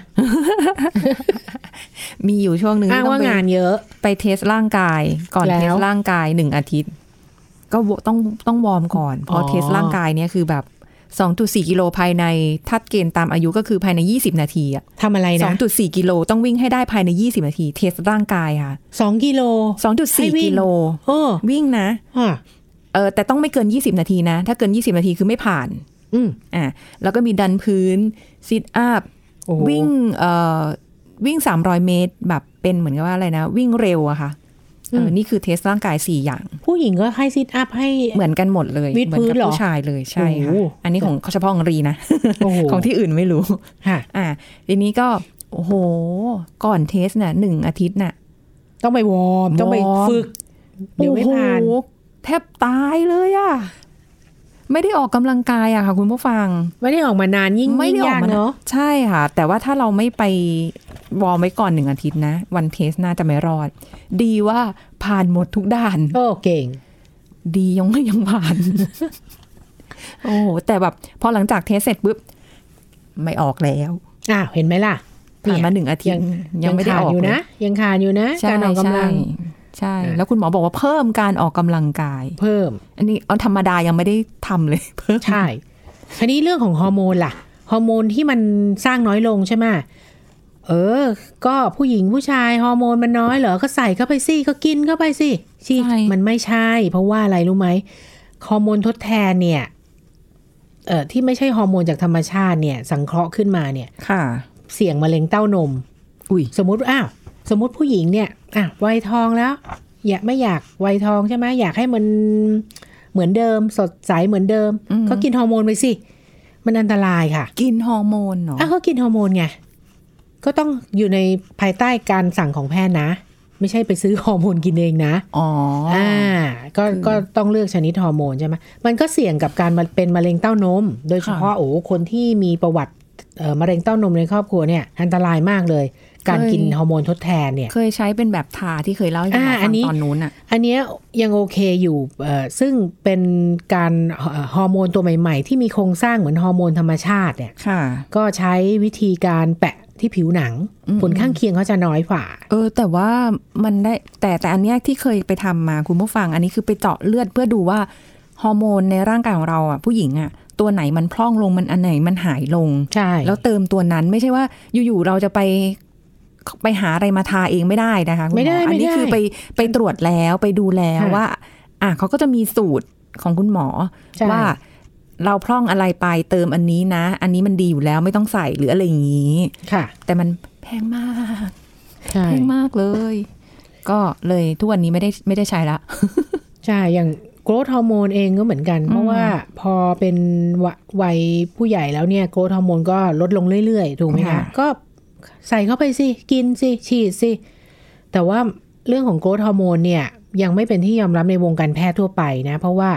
[SPEAKER 3] มีอยู่ช่วงหนึ่ง
[SPEAKER 2] อ้าง
[SPEAKER 3] ที่ต้
[SPEAKER 2] ว่า
[SPEAKER 3] องไป
[SPEAKER 2] งานเยอะ
[SPEAKER 3] ไปเทสร่างกายก่อน
[SPEAKER 2] แล้ว
[SPEAKER 3] เทสร่างกายหนึ่งอาทิตย์ ก็วต้องต้องวอร์มก่อน พออ
[SPEAKER 2] อ
[SPEAKER 3] เทสร่างกายเนี่ยคือแบบ 2.4 กิโลภายในทัดเกณฑ์ตามอายุก็คือภายใน 20 นาทีอะ
[SPEAKER 2] ทำอะไรนะ
[SPEAKER 3] 2.4 กิโลต้องวิ่งให้ได้ภายใน 20 นาที เทสร่างกายค่ะ
[SPEAKER 2] สองกิโล ให้วิ่ง
[SPEAKER 3] 2.4กิโล
[SPEAKER 2] โอ้
[SPEAKER 3] วิ่งนะ
[SPEAKER 2] อ่ะ
[SPEAKER 3] เออแต่ต้องไม่เกิน 20 นาทีนะ ถ้าเกิน 20 นาทีคือไม่ผ่าน
[SPEAKER 2] อืม
[SPEAKER 3] อ่ะแล้วก็มีดันพื้นซิทอัพ
[SPEAKER 2] โอ้โห
[SPEAKER 3] วิ่งเอ่อวิ่ง 300 เมตร แบบเป็นเหมือนกับว่าอะไรนะ วิ่งเร็วอะค่ะเอออ
[SPEAKER 2] ม
[SPEAKER 3] นี่คือเทสร่างกาย 4 อย่าง
[SPEAKER 2] ผู้หญิงก็ให้ซิทอัพให้
[SPEAKER 3] เหมือนกันหมดเลย
[SPEAKER 2] วิดพื้น
[SPEAKER 3] เหมือน
[SPEAKER 2] เหร
[SPEAKER 3] กั
[SPEAKER 2] อ
[SPEAKER 3] บผู้ชายเลยใช่ค่ะ
[SPEAKER 2] โอ้โห
[SPEAKER 3] อันนี้ของเฉพาะของรีนะ
[SPEAKER 2] โอ้โห
[SPEAKER 3] ของที่อื่นไม่รู้
[SPEAKER 2] ค่ะ
[SPEAKER 3] อ่าทีนี้ก็ โอ้โห ก่อนเทสน่ะหนึ่งอาทิตย์น่ะ
[SPEAKER 2] ต้องไปวอร์ม ต้องไป
[SPEAKER 3] วอร์ม
[SPEAKER 2] ฝึก เดี๋ยวไม่ผ่าน
[SPEAKER 3] โอ้โหแทบตายเลยอะไม่ได้ออกกำลังกายอะค่ะ คุณผู้ฟัง
[SPEAKER 2] ไม่ได้ออกมานานยิ่ง
[SPEAKER 3] ไม่
[SPEAKER 2] ยิ่
[SPEAKER 3] ได้
[SPEAKER 2] ง
[SPEAKER 3] ออก
[SPEAKER 2] ยาก
[SPEAKER 3] มา
[SPEAKER 2] เนาะ
[SPEAKER 3] ใช่ค่ะ แต่ว่าถ้าเราไม่ไปวอร์มไว้ก่อนหนึ่งอาทิตย์นะ วันเทสน่าจะไม่รอด ดีว่าผ่านหมดทุกด่าน
[SPEAKER 2] โอ้เก่ง
[SPEAKER 3] ดียังไม่ ยังผ่าน โอ้โหแต่แบบพอหลังจากเทสเสร็จปุ๊บ ไม่ออกแล้ว
[SPEAKER 2] อ้าว เห็นไหมล่ะ
[SPEAKER 3] ผ่านมาหนึ่งอาทิตย์ ยังไม่ได้
[SPEAKER 2] ขา
[SPEAKER 3] ออก
[SPEAKER 2] อยู่นะ ยังขาดอยู่นะ
[SPEAKER 3] ใช่
[SPEAKER 2] การออกกำลัง
[SPEAKER 3] ใช่ ใช่ แล้วคุณหมอบอกว่าเพิ่มการออกกำลังกาย
[SPEAKER 2] เพิ่ม
[SPEAKER 3] อันนี้เอาธรรมดายังไม่ได้ทำเลย เพิ่ม
[SPEAKER 2] ใช่ทีนี้เรื่องของฮอร์โมนล่ะ ฮอร์โมนที่มันสร้างน้อยลงใช่ไหมเออ ก็ผู้หญิงผู้ชายฮอร์โมนมันน้อยเหรอ ก็ใส่เข้าไปสิ ก็กินเข้าไปสิชีมันไม่ใช่ เพราะว่าอะไรรู้ไหม ฮอร์โมนทดแทนเนี่ย เออที่ไม่ใช่ฮอร์โมนจากธรรมชาติเนี่ย สังเคราะห์ขึ้นมาเนี่ย
[SPEAKER 3] ค่ะ
[SPEAKER 2] เสี่ยงมะเร็งเต้านม
[SPEAKER 3] อุ้ย
[SPEAKER 2] สมมติว่าอ้าว สมมติผู้หญิงเนี่ยอ่ะวัยทองแล้ว อยากไม่อยากวัยทองใช่ไหมอยากให้มันเหมือนเดิม สดใสเหมือนเดิม
[SPEAKER 3] อืม
[SPEAKER 2] ก็กินฮอร์โมนไปสิ มันอันตรายค่ะ
[SPEAKER 3] กินฮอร์โมนเนาะ
[SPEAKER 2] อ้าวก็กินฮอร์โมนไง ก็ต้องอยู่ในภายใต้การสั่งของแพทย์นะ ไม่ใช่ไปซื้อ ฮอร์โมนกินเองนะ
[SPEAKER 3] อ๋ออ
[SPEAKER 2] อ่าก็ก็ต้องเลือกชนิดฮอร์โมนใช่ไหมมันก็เสี่ยงกับการมาเป็นมะเร็งเต้านม โดยเฉพาะโอ้คนที่มีประวัติเอ่อมะเร็งเต้านมในครอบครัวเนี่ยอันตรายมากเลย การกินฮอร์โมนทดแทนเนี่ย
[SPEAKER 3] เคยใช้เป็นแบบทาที่เคยเล่าให้คุณหมอ
[SPEAKER 2] อ่าอั
[SPEAKER 3] ฟั
[SPEAKER 2] น
[SPEAKER 3] ง
[SPEAKER 2] นี้
[SPEAKER 3] ตอนนู้นอ่ะ
[SPEAKER 2] อันเนี้ยยังโอเคอยู่เอ่อซึ่งเป็นการเอ่อฮอร์โมนตัวใหม่ ๆ ที่มีโครงสร้างเหมือนฮอร์โมนธรรมชาติเนี่ย
[SPEAKER 3] ค่ะ
[SPEAKER 2] ก็ใช้วิธีการแปะที่ผิวหนัง ผลข้างเคียงเขาจะน้อยกว่า
[SPEAKER 3] เออ แต่ว่ามันได้แต่แต่อันเนี้ยที่เคยไปทำมาคุณผู้ฟัง อันนี้คือไปเจาะเลือดเพื่อดูว่าฮอร์โมนในร่างกายของเราอ่ะผู้หญิงอ่ะตัวไหนมันพร่องลงมันอันไหนมันหายลง
[SPEAKER 2] ใช่
[SPEAKER 3] แล้วเติมตัวนั้นไม่ใช่ว่าอยู่ๆเราจะไปไปหาอะไรมาทาเองไม่ได้นะคะคุณหอ
[SPEAKER 2] ไม่ได้
[SPEAKER 3] อั
[SPEAKER 2] ไม่ได้
[SPEAKER 3] นี้คือไปไปตรวจแล้วไปดูแล้ว
[SPEAKER 2] ค่ะ
[SPEAKER 3] ว่า อ่ะเขาก็จะมีสูตรของคุณหมอ
[SPEAKER 2] ใช่
[SPEAKER 3] ว่าเราพร่องอะไรไปเติมอันนี้นะ อันนี้มันดีอยู่แล้วไม่ต้องใส่หรืออะไรอย่างนี้
[SPEAKER 2] ค่ะ
[SPEAKER 3] แต่มันแพงมาก
[SPEAKER 2] ใช่
[SPEAKER 3] แพงมากเลย ก็เลยทุกวันนี้ไม่ได้ไม่ได้ใช้ละ
[SPEAKER 2] ใช่อย่างโกรทฮอร์โมนเองก็เหมือนกัน เพราะว่าพอเป็นวะวัยผู้ใหญ่แล้วเนี่ยโกรทฮอร์โมนก็ลดลงเรื่อยๆ ถูกไหม
[SPEAKER 3] ค่ะ
[SPEAKER 2] คะก็ใส่เข้าไปสิ กินสิ ฉีดสิ แต่ว่าเรื่องของโกรทฮอร์โมนเนี่ย ยังไม่เป็นที่ยอมรับในวงการแพทย์ทั่วไปนะ เพราะว่า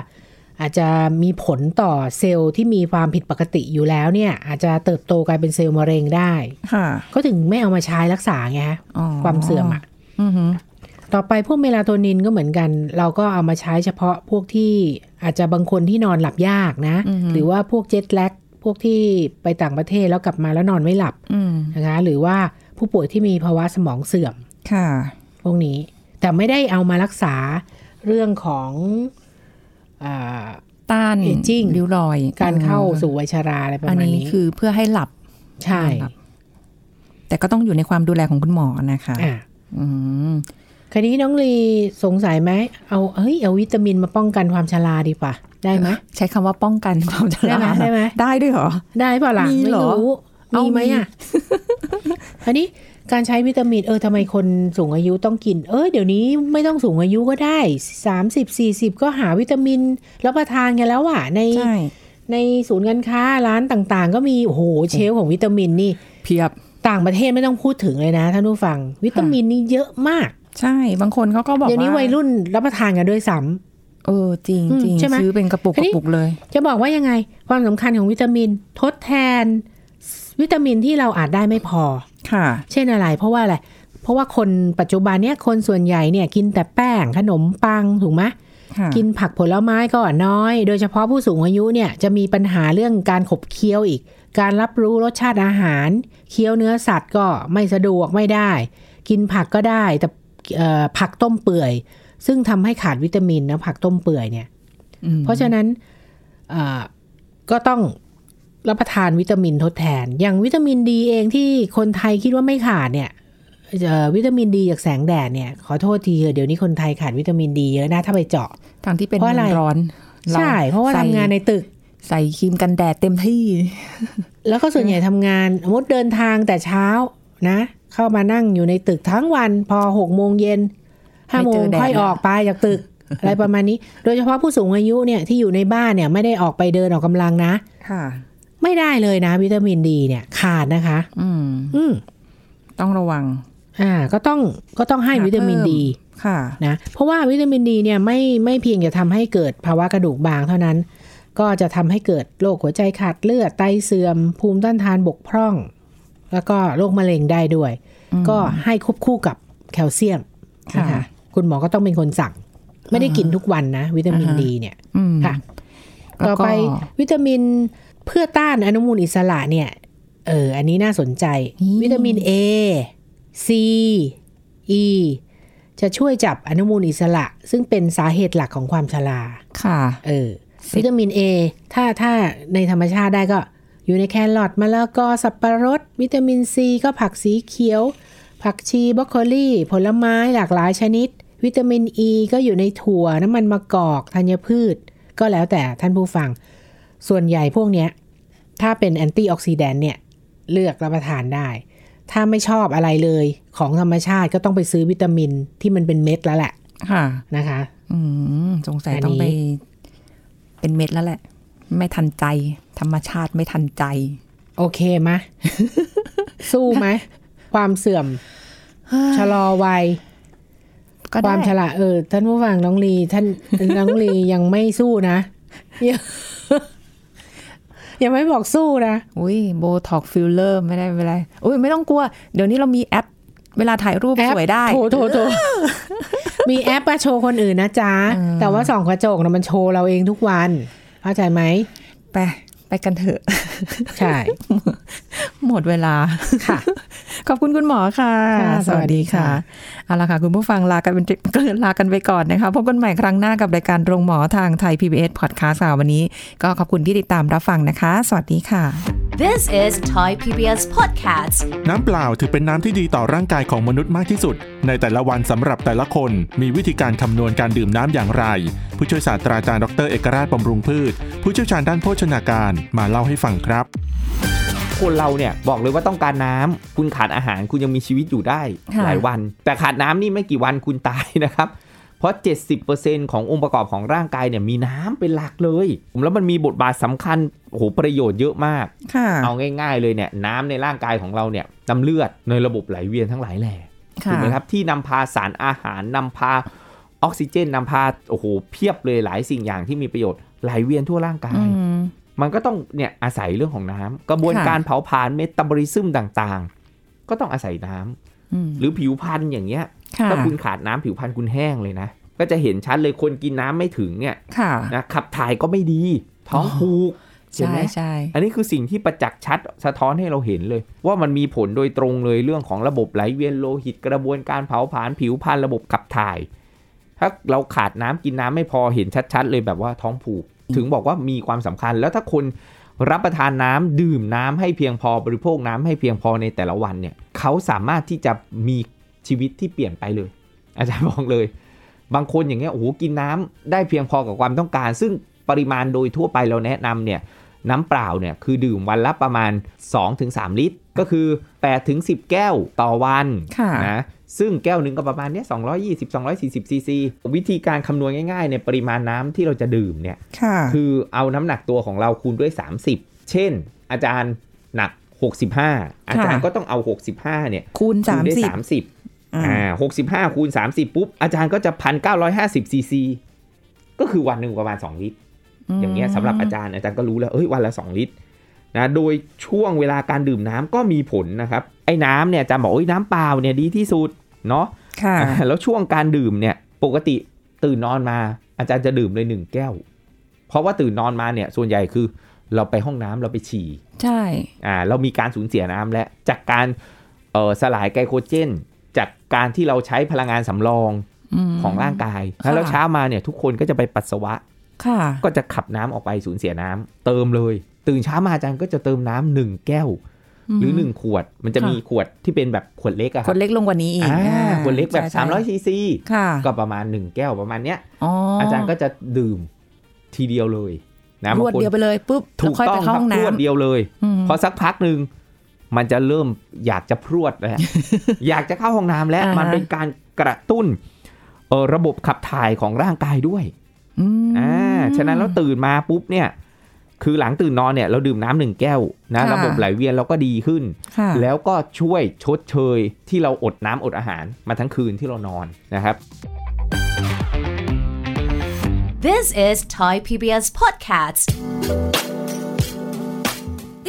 [SPEAKER 2] อาจจะมีผลต่อเซลล์ที่มีความผิดปกติอยู่แล้วเนี่ย อาจจะเติบโตกลายเป็นเซลล์มะเร็งได้
[SPEAKER 3] ค่ะ
[SPEAKER 2] ก็ถึงไม่เอามาใช้รักษาไงฮะ
[SPEAKER 3] อ๋อ
[SPEAKER 2] ความเสื่อมอะ
[SPEAKER 3] อือหือ
[SPEAKER 2] ต่อไปพวกเมลาโทนินก็เหมือนกัน เราก็เอามาใช้เฉพาะพวกที่อาจจะบางคนที่นอนหลับยากนะ หรือว่าพวกเจ็ตแลกพวกที่ไปต่างประเทศแล้วกลับมาแล้วนอนไม่หลับ
[SPEAKER 3] อืม
[SPEAKER 2] นะคะหรือว่าผู้ป่วยที่มีภาวะสมองเสื่อม
[SPEAKER 3] ค่ะ
[SPEAKER 2] พวกนี้ แต่ไม่ได้เอามารักษาเรื่องของอ่า
[SPEAKER 3] ต้าน
[SPEAKER 2] Aging
[SPEAKER 3] ริ้วรอย
[SPEAKER 2] การเข้า
[SPEAKER 3] ออ
[SPEAKER 2] สู่วัยชราอะไรประ
[SPEAKER 3] อัน
[SPEAKER 2] มาณ
[SPEAKER 3] นี้
[SPEAKER 2] นี้
[SPEAKER 3] คือเพื่อให้หลับ
[SPEAKER 2] ใช่
[SPEAKER 3] หลับ แต่ก็ต้องอยู่ในความดูแลของคุณหมอนะคะ
[SPEAKER 2] อ่ะ
[SPEAKER 3] อืม
[SPEAKER 2] คราวนี้น้องลีสงสัยไหมเอาเฮ้ยเอาวิตามินมาป้องกันความชราดีป่ะได้ไหม
[SPEAKER 3] ใช้คำว่าป้องกันความชรา
[SPEAKER 2] ได้ไหมได้ไหม
[SPEAKER 3] ได้ด้วยเหรอ
[SPEAKER 2] ได้เปล่าล่ะ
[SPEAKER 3] มี
[SPEAKER 2] ไม่
[SPEAKER 3] เหรอ
[SPEAKER 2] รู้
[SPEAKER 3] เอ้า
[SPEAKER 2] มีไหม
[SPEAKER 3] มี
[SPEAKER 2] อ่ะ อันนี้การใช้วิตามินเออทำไมคนสูงอายุต้องกิน เออเดี๋ยวนี้ไม่ต้องสูงอายุก็ได้สามสิบสี่สิบก็หาวิตามินรับประทานกันแล้วอ่ะ ใน
[SPEAKER 3] ใช่
[SPEAKER 2] ในศูนย์การค้าร้านต่างๆ ก็มีโอ้โหเชลฟ์ของวิตามินนี่
[SPEAKER 3] เพียบ
[SPEAKER 2] ต่างประเทศไม่ต้องพูดถึงเลยนะท่านผู้ฟัง วิตามินนี่เยอะมาก
[SPEAKER 3] ใช่ บางคนเขาก็บอก
[SPEAKER 2] เดี๋ยวนี้วัยรุ่นรับประทานกันด้วยซ้ำ
[SPEAKER 3] เออจริง
[SPEAKER 2] อืม
[SPEAKER 3] จริง
[SPEAKER 2] ใช่ไหม
[SPEAKER 3] ซื้อเป็นกระปุก
[SPEAKER 2] อัน
[SPEAKER 3] ก
[SPEAKER 2] นี้
[SPEAKER 3] ระปุกเลย
[SPEAKER 2] จะบอกว่ายังไง ความสำคัญของวิตามินทดแทน วิตามินที่เราอาจได้ไม่พอ
[SPEAKER 3] ค่ะ
[SPEAKER 2] เช่นอะไร เพราะว่าอะไร เพราะว่าคนปัจจุบันเนี่ยคนส่วนใหญ่เนี่ยกินแต่แป้งขนมปังถูกไหม
[SPEAKER 3] ค่ะ
[SPEAKER 2] กินผักผลไม้ก็น้อย โดยเฉพาะผู้สูงอายุเนี่ยจะมีปัญหาเรื่องการขบเคี้ยวอีก การรับรู้รสชาติอาหาร เคี้ยวเนื้อสัตว์ก็ไม่สะดวกไม่ได้ กินผักก็ได้แต่เอ่อผักต้มเปื่อย ซึ่งทำให้ขาดวิตามินนะผักต้มเปื่อยเนี่ย
[SPEAKER 3] อืม
[SPEAKER 2] เพราะฉะนั้นเอ่อก็ต้องรับประทานวิตามินทดแทน อย่างวิตามินดีเองที่คนไทยคิดว่าไม่ขาดเนี่ยเอ่อวิตามินดีจากแสงแดดเนี่ย ขอโทษทีเถอะเดี๋ยวนี้คนไทยขาดวิตามินดีเยอะนะถ้าไปเจาะ
[SPEAKER 3] ทางที่เป็น
[SPEAKER 2] เพราะอะไร
[SPEAKER 3] ร้อน
[SPEAKER 2] ใช่ เพราะว่า
[SPEAKER 3] ใส่
[SPEAKER 2] ทำงานในตึก
[SPEAKER 3] ใส่ครีมกันแดดเต็มที่
[SPEAKER 2] แล้วก็ส่วนใหญ่ทำงานสมมติเดินทางแต่เช้านะ เข้ามานั่งอยู่ในตึกทั้งวันพอหกโมงเย็นห้า
[SPEAKER 3] ไม่
[SPEAKER 2] โม
[SPEAKER 3] เจ
[SPEAKER 2] ง
[SPEAKER 3] อแดด
[SPEAKER 2] ค่อย
[SPEAKER 3] ละ
[SPEAKER 2] ออกไปจากตึก อะไรประมาณนี้ โดยเฉพาะผู้สูงอายุเนี่ยที่อยู่ในบ้านเนี่ยไม่ได้ออกไปเดินออกกำลังนะ
[SPEAKER 3] ค่ะ
[SPEAKER 2] ไม่ได้เลยนะ วิตามินดีเนี่ยขาดนะคะ
[SPEAKER 3] อืม
[SPEAKER 2] อืม
[SPEAKER 3] ต้องระวัง
[SPEAKER 2] อ่า ก็ต้องก็ต้องให้
[SPEAKER 3] หา
[SPEAKER 2] วิตามิน
[SPEAKER 3] เพิ่ม
[SPEAKER 2] ดี
[SPEAKER 3] ค่ะ
[SPEAKER 2] นะ เพราะว่าวิตามินดีเนี่ยไม่ไม่เพียงจะทำให้เกิดภาวะกระดูกบางเท่านั้น ก็จะทำให้เกิดโรคหัวใจขาดเลือดไตเสื่อม ภูมิต้านทานบกพร่อง แล้วก็โรคมะเร็งได้ด้วย ก็ให้ควบคู่กับแคลเซียมนะ
[SPEAKER 3] ค่ะ
[SPEAKER 2] คะคุณหมอก็ต้องเป็นคนสั่ง ไม่ได้กินทุกวันนะ วิตามินดีเนี่ย
[SPEAKER 3] อืม
[SPEAKER 2] ค่ะ
[SPEAKER 3] แล้ว
[SPEAKER 2] ต่
[SPEAKER 3] ก็
[SPEAKER 2] อไปวิตามินเพื่อต้านอนุมูลอิสระเนี่ย เออ อันนี้น่าสนใจ วิตามิน A C E จะช่วยจับอนุมูลอิสระ ซึ่งเป็นสาเหตุหลักของความชรา
[SPEAKER 3] ค่ะ
[SPEAKER 2] เออ
[SPEAKER 3] สิบ
[SPEAKER 2] วิตามิน A ถ้าถ้าในธรรมชาติได้ก็ อยู่ในแครอทมะละกอสับประรด วิตามินซีก็ผักสีเขียว ผักชีบรอกโคลีผลไม้หลากหลายชนิด วิตามินอ e ีก็อยู่ในถั่วน้ำมันมะกอกธัญพืช ก็แล้วแต่ท่านผู้ฟัง ส่วนใหญ่พวกเนี้ย ถ้าเป็นแอนตี้ออกซิแดนต์เนี่ย เลือกรับประทานได้ ถ้าไม่ชอบอะไรเลยของธรรมชาติก็ต้องไปซื้อวิตามินที่มันเป็นเม็ดแล้วแหละ
[SPEAKER 3] ค่ะ
[SPEAKER 2] นะคะ
[SPEAKER 3] อืมสงสัย
[SPEAKER 2] อันนี้
[SPEAKER 3] ต้องไป เป็นเม็ดแล้วแหละ ไม่ทันใจ ธรรมชาติไม่ทันใจ
[SPEAKER 2] โอเคไหมะ สู้ไหมะ ความเสื่อม ชะลอวัย
[SPEAKER 3] ก็
[SPEAKER 2] ค
[SPEAKER 3] ได้
[SPEAKER 2] วามฉลาดเออ ท่านผู้ฟังน้องลีท่าน น้องลี ยังไม่สู้นะ ยัง ยังไม่บอกสู้นะ
[SPEAKER 3] อุ้ยโบท็อกฟิลเลอร์ไม่ได้ไม่ได้อุ้ยไม่ต้องกลัว เดี๋ยวนี้เรามีแอป เวลาถ่ายรูป
[SPEAKER 2] แอป
[SPEAKER 3] สวยได้
[SPEAKER 2] โถโถโถ มีแอปมาโชว์คนอื่นนะจ๊ะ แต่ว่าสองกระจกนะมันโชว์เราเองทุกวัน เข้าใจไหม
[SPEAKER 3] ไป ไปกันเถอะ
[SPEAKER 2] ใช่
[SPEAKER 3] หมดเวลา
[SPEAKER 2] ค่ะ
[SPEAKER 3] ขอบคุณคุณหมอค่ะ
[SPEAKER 2] ค่ะสวัสดีค่ะ
[SPEAKER 3] เอาละค่ะ คุณผู้ฟังลากันเป็น เกินลากันไปก่อนนะคะ พบกันใหม่ครั้งหน้ากับรายการโรงหมอทางไทย PBS Podcast ค่ะวันนี้ ก็ขอบคุณที่ติดตามรับฟังนะคะ สวัสดีค่ะ
[SPEAKER 1] This is Thai PBS Podcast
[SPEAKER 5] น้ำเปล่าถือเป็นน้ำที่ดีต่อร่างกายของมนุษย์มากที่สุด ในแต่ละวันสำหรับแต่ละคนมีวิธีการคำนวณการดื่มน้ำอย่างไร ผู้ช่วยศาสตราจารย์ดรเอกราชบำรุงพืช ผู้เชี่ยวชาญด้านโภชนาการมาเล่าให้ฟังครับ
[SPEAKER 6] คนเราเนี่ยบอกเลยว่าต้องการน้ำคุณขาดอาหารคุณยังมีชีวิตอยู่ได้
[SPEAKER 3] ค่ะ
[SPEAKER 6] หลายวัน แต่ขาดน้ำนี่ไม่กี่วันคุณตายนะครับ เพราะ 70%ขององค์ประกอบของร่างกายเนี่ยมีน้ำเป็นหลักเลยแล้วมันมีบทบาทสำคัญโอ้โหประโยชน์เยอะมาก
[SPEAKER 3] ค่ะ
[SPEAKER 6] เอาง่ายๆเลยเนี่ยน้ำในร่างกายของเราเนี่ยน้ำเลือดในระบบไหลเวียนทั้งหลายแหล่ถูกไหมครับที่นำพาสารอาหารนำพาออกซิเจนนำพาโอ้โหเพียบเลยหลายสิ่งอย่างที่มีประโยชน์ไหลเวียนทั่วร่างกาย มันก็ต้องเนี่ยอาศัยเรื่องของน้ำกระบวน
[SPEAKER 3] ค่ะ
[SPEAKER 6] การเผาผลาญเมตาบอลิซึมต่างๆ ก็ต้องอาศัยน้ำ
[SPEAKER 3] อืม
[SPEAKER 6] หรือผิวพรรณอย่างเงี้ย
[SPEAKER 3] ค่ะ
[SPEAKER 6] ถ้าคุณขาดน้ำผิวพรรณคุณแห้งเลยนะ ก็จะเห็นชัดเลยคนกินน้ำไม่ถึงเนี่ย
[SPEAKER 3] ค่ะ
[SPEAKER 6] นะขับถ่ายก็ไม่ดี ท้องผูกเห็น
[SPEAKER 3] ใช่
[SPEAKER 6] ไหม
[SPEAKER 3] ใช่
[SPEAKER 6] อันนี้คือสิ่งที่ประจักษ์ชัดสะท้อนให้เราเห็นเลย ว่ามันมีผลโดยตรงเลยเรื่องของระบบไหลเวียนโลหิตกระบวนการเผาผลาญผิวพรรณระบบขับถ่าย ถ้าเราขาดน้ำกินน้ำไม่พอเห็นชัดๆ เลยแบบว่าท้องผูก ถึงบอกว่ามีความสำคัญ แล้วถ้าคนรับประทานน้ำดื่มน้ำให้เพียงพอบริโภคน้ำให้เพียงพอในแต่ละวันเนี่ยเขาสามารถที่จะมีชีวิตที่เปลี่ยนไปเลย อาจารย์บอกเลย บางคนอย่างเงี้ยโอ้โหกินน้ำได้เพียงพอกับความต้องการ ซึ่งปริมาณโดยทั่วไปเราแนะนำเนี่ยน้ำเปล่าเนี่ยคือดื่มวันละประมาณ 2-3 ลิตร ก็คือ8-10 แก้วต่อวัน
[SPEAKER 3] ค่ะ
[SPEAKER 6] นะซึ่งแก้วหนึ่งก็ประมาณเนี้ย220 240ซีซีวิธีการคำนวณง่ายๆในยปริมาณน้ำที่เราจะดื่มเนี่ย
[SPEAKER 3] ค่ะ
[SPEAKER 6] คือเอาน้ำหนักตัวของเราคูณด้วย 30 เช่น อาจารย์หนัก 65 อาจารย์ก็ต้องเอา 65เนี่ย
[SPEAKER 3] คูณ
[SPEAKER 6] คู
[SPEAKER 3] สา
[SPEAKER 6] ณ
[SPEAKER 3] ม
[SPEAKER 6] ด้วย
[SPEAKER 3] สิบ
[SPEAKER 6] 30อ่า65 คูณ 30 ปุ๊บ อาจารย์ก็จะ 1,950ซีซีก็คือวันหนึ่งประมาณ 2 ลิตร อย่างเงี้ยสำหรับอาจารย์อาจารย์ก็รู้แล้วเอ้ยวันละ 2 ลิตรนะโดยช่วงเวลาการดื่มน้ำก็มีผลนะครับไอ้น้ำเนี่ยอาจารย์บอกโอ้ยน้ำเปล่าเนี่ยดีที่สุดเนาะ
[SPEAKER 3] ค่ะ
[SPEAKER 6] อ่ าแล้วช่วงการดื่มเนี่ยปกติตื่นนอนมา อาจารย์จะดื่มเลยหนึ่งแก้ว เพราะว่าตื่นนอนมาเนี่ยส่วนใหญ่คือเราไปห้องน้ำเราไปฉี่
[SPEAKER 3] ใช่
[SPEAKER 6] อ่าเรามีการสูญเสียน้ำและจากการเอ่อสลายไกลโคเจน จากการที่เราใช้พลังงานสำรอง
[SPEAKER 3] อืม
[SPEAKER 6] ของร่างกาย
[SPEAKER 3] ค่ะ
[SPEAKER 6] แล้วเช้ามาเนี่ยทุกคนก็จะไปปัสสาวะ
[SPEAKER 3] ค่ะ
[SPEAKER 6] ก็จะขับน้ำออกไปสูญเสียน้ำเติมเลย ตื่นเช้ามาอาจารย์ก็จะเติมน้ำหนึ่งแก้ว หรือหนึ่งขวด มันจะ
[SPEAKER 3] ค่ะ
[SPEAKER 6] มีขวดที่เป็นแบบขวดเล็กอะค
[SPEAKER 3] ค
[SPEAKER 6] รั
[SPEAKER 3] นเล็กลงกว่านี้อีก
[SPEAKER 6] อ่า
[SPEAKER 3] อ่า
[SPEAKER 6] ขวดเล็กแบบ
[SPEAKER 3] ใช่ใช่
[SPEAKER 6] 300ซีซี
[SPEAKER 3] ค่ะ
[SPEAKER 6] ก็ประมาณหนึ่งแก้วประมาณเนี้ย
[SPEAKER 3] อ๋อ
[SPEAKER 6] อา
[SPEAKER 3] อา
[SPEAKER 6] จารย์ก็จะดื่มทีเดียวเลยนะ
[SPEAKER 3] ร
[SPEAKER 6] บาง
[SPEAKER 3] วด
[SPEAKER 6] คน
[SPEAKER 3] เดียวไปเลยปุ๊บ
[SPEAKER 6] ถู
[SPEAKER 3] แล้ว
[SPEAKER 6] ก
[SPEAKER 3] ค่อย
[SPEAKER 6] ต้
[SPEAKER 3] ไป
[SPEAKER 6] องค
[SPEAKER 3] เข้า
[SPEAKER 6] รับ
[SPEAKER 3] ห้อง
[SPEAKER 6] รวด
[SPEAKER 3] น้ำ
[SPEAKER 6] เดียวเลย
[SPEAKER 3] อืม
[SPEAKER 6] พอสักพักหนึ่งมันจะเริ่มอยากจะพรวดแล้ว อยากจะเข้าห้องน้ำแล้ว
[SPEAKER 3] อ่าฮะ
[SPEAKER 6] มันเป็นการกระตุ้นเอ่อระบบขับถ่ายของร่างกายด้วย
[SPEAKER 3] อืม
[SPEAKER 6] อ่า ฉะนั้นเราตื่นมาปุ๊บเนี่ย คือหลังตื่นนอนเนี่ยเราดื่มน้ำหนึ่งแก้วนะ
[SPEAKER 3] ค่ะ
[SPEAKER 6] ระบบไหลเวียนเราก็ดีขึ้น
[SPEAKER 3] ค่ะ
[SPEAKER 6] แล้วก็ช่วยชดเชยที่เราอดน้ำอดอาหารมาทั้งคืนที่เรานอนนะครับ
[SPEAKER 1] This is Thai PBS Podcast
[SPEAKER 7] ต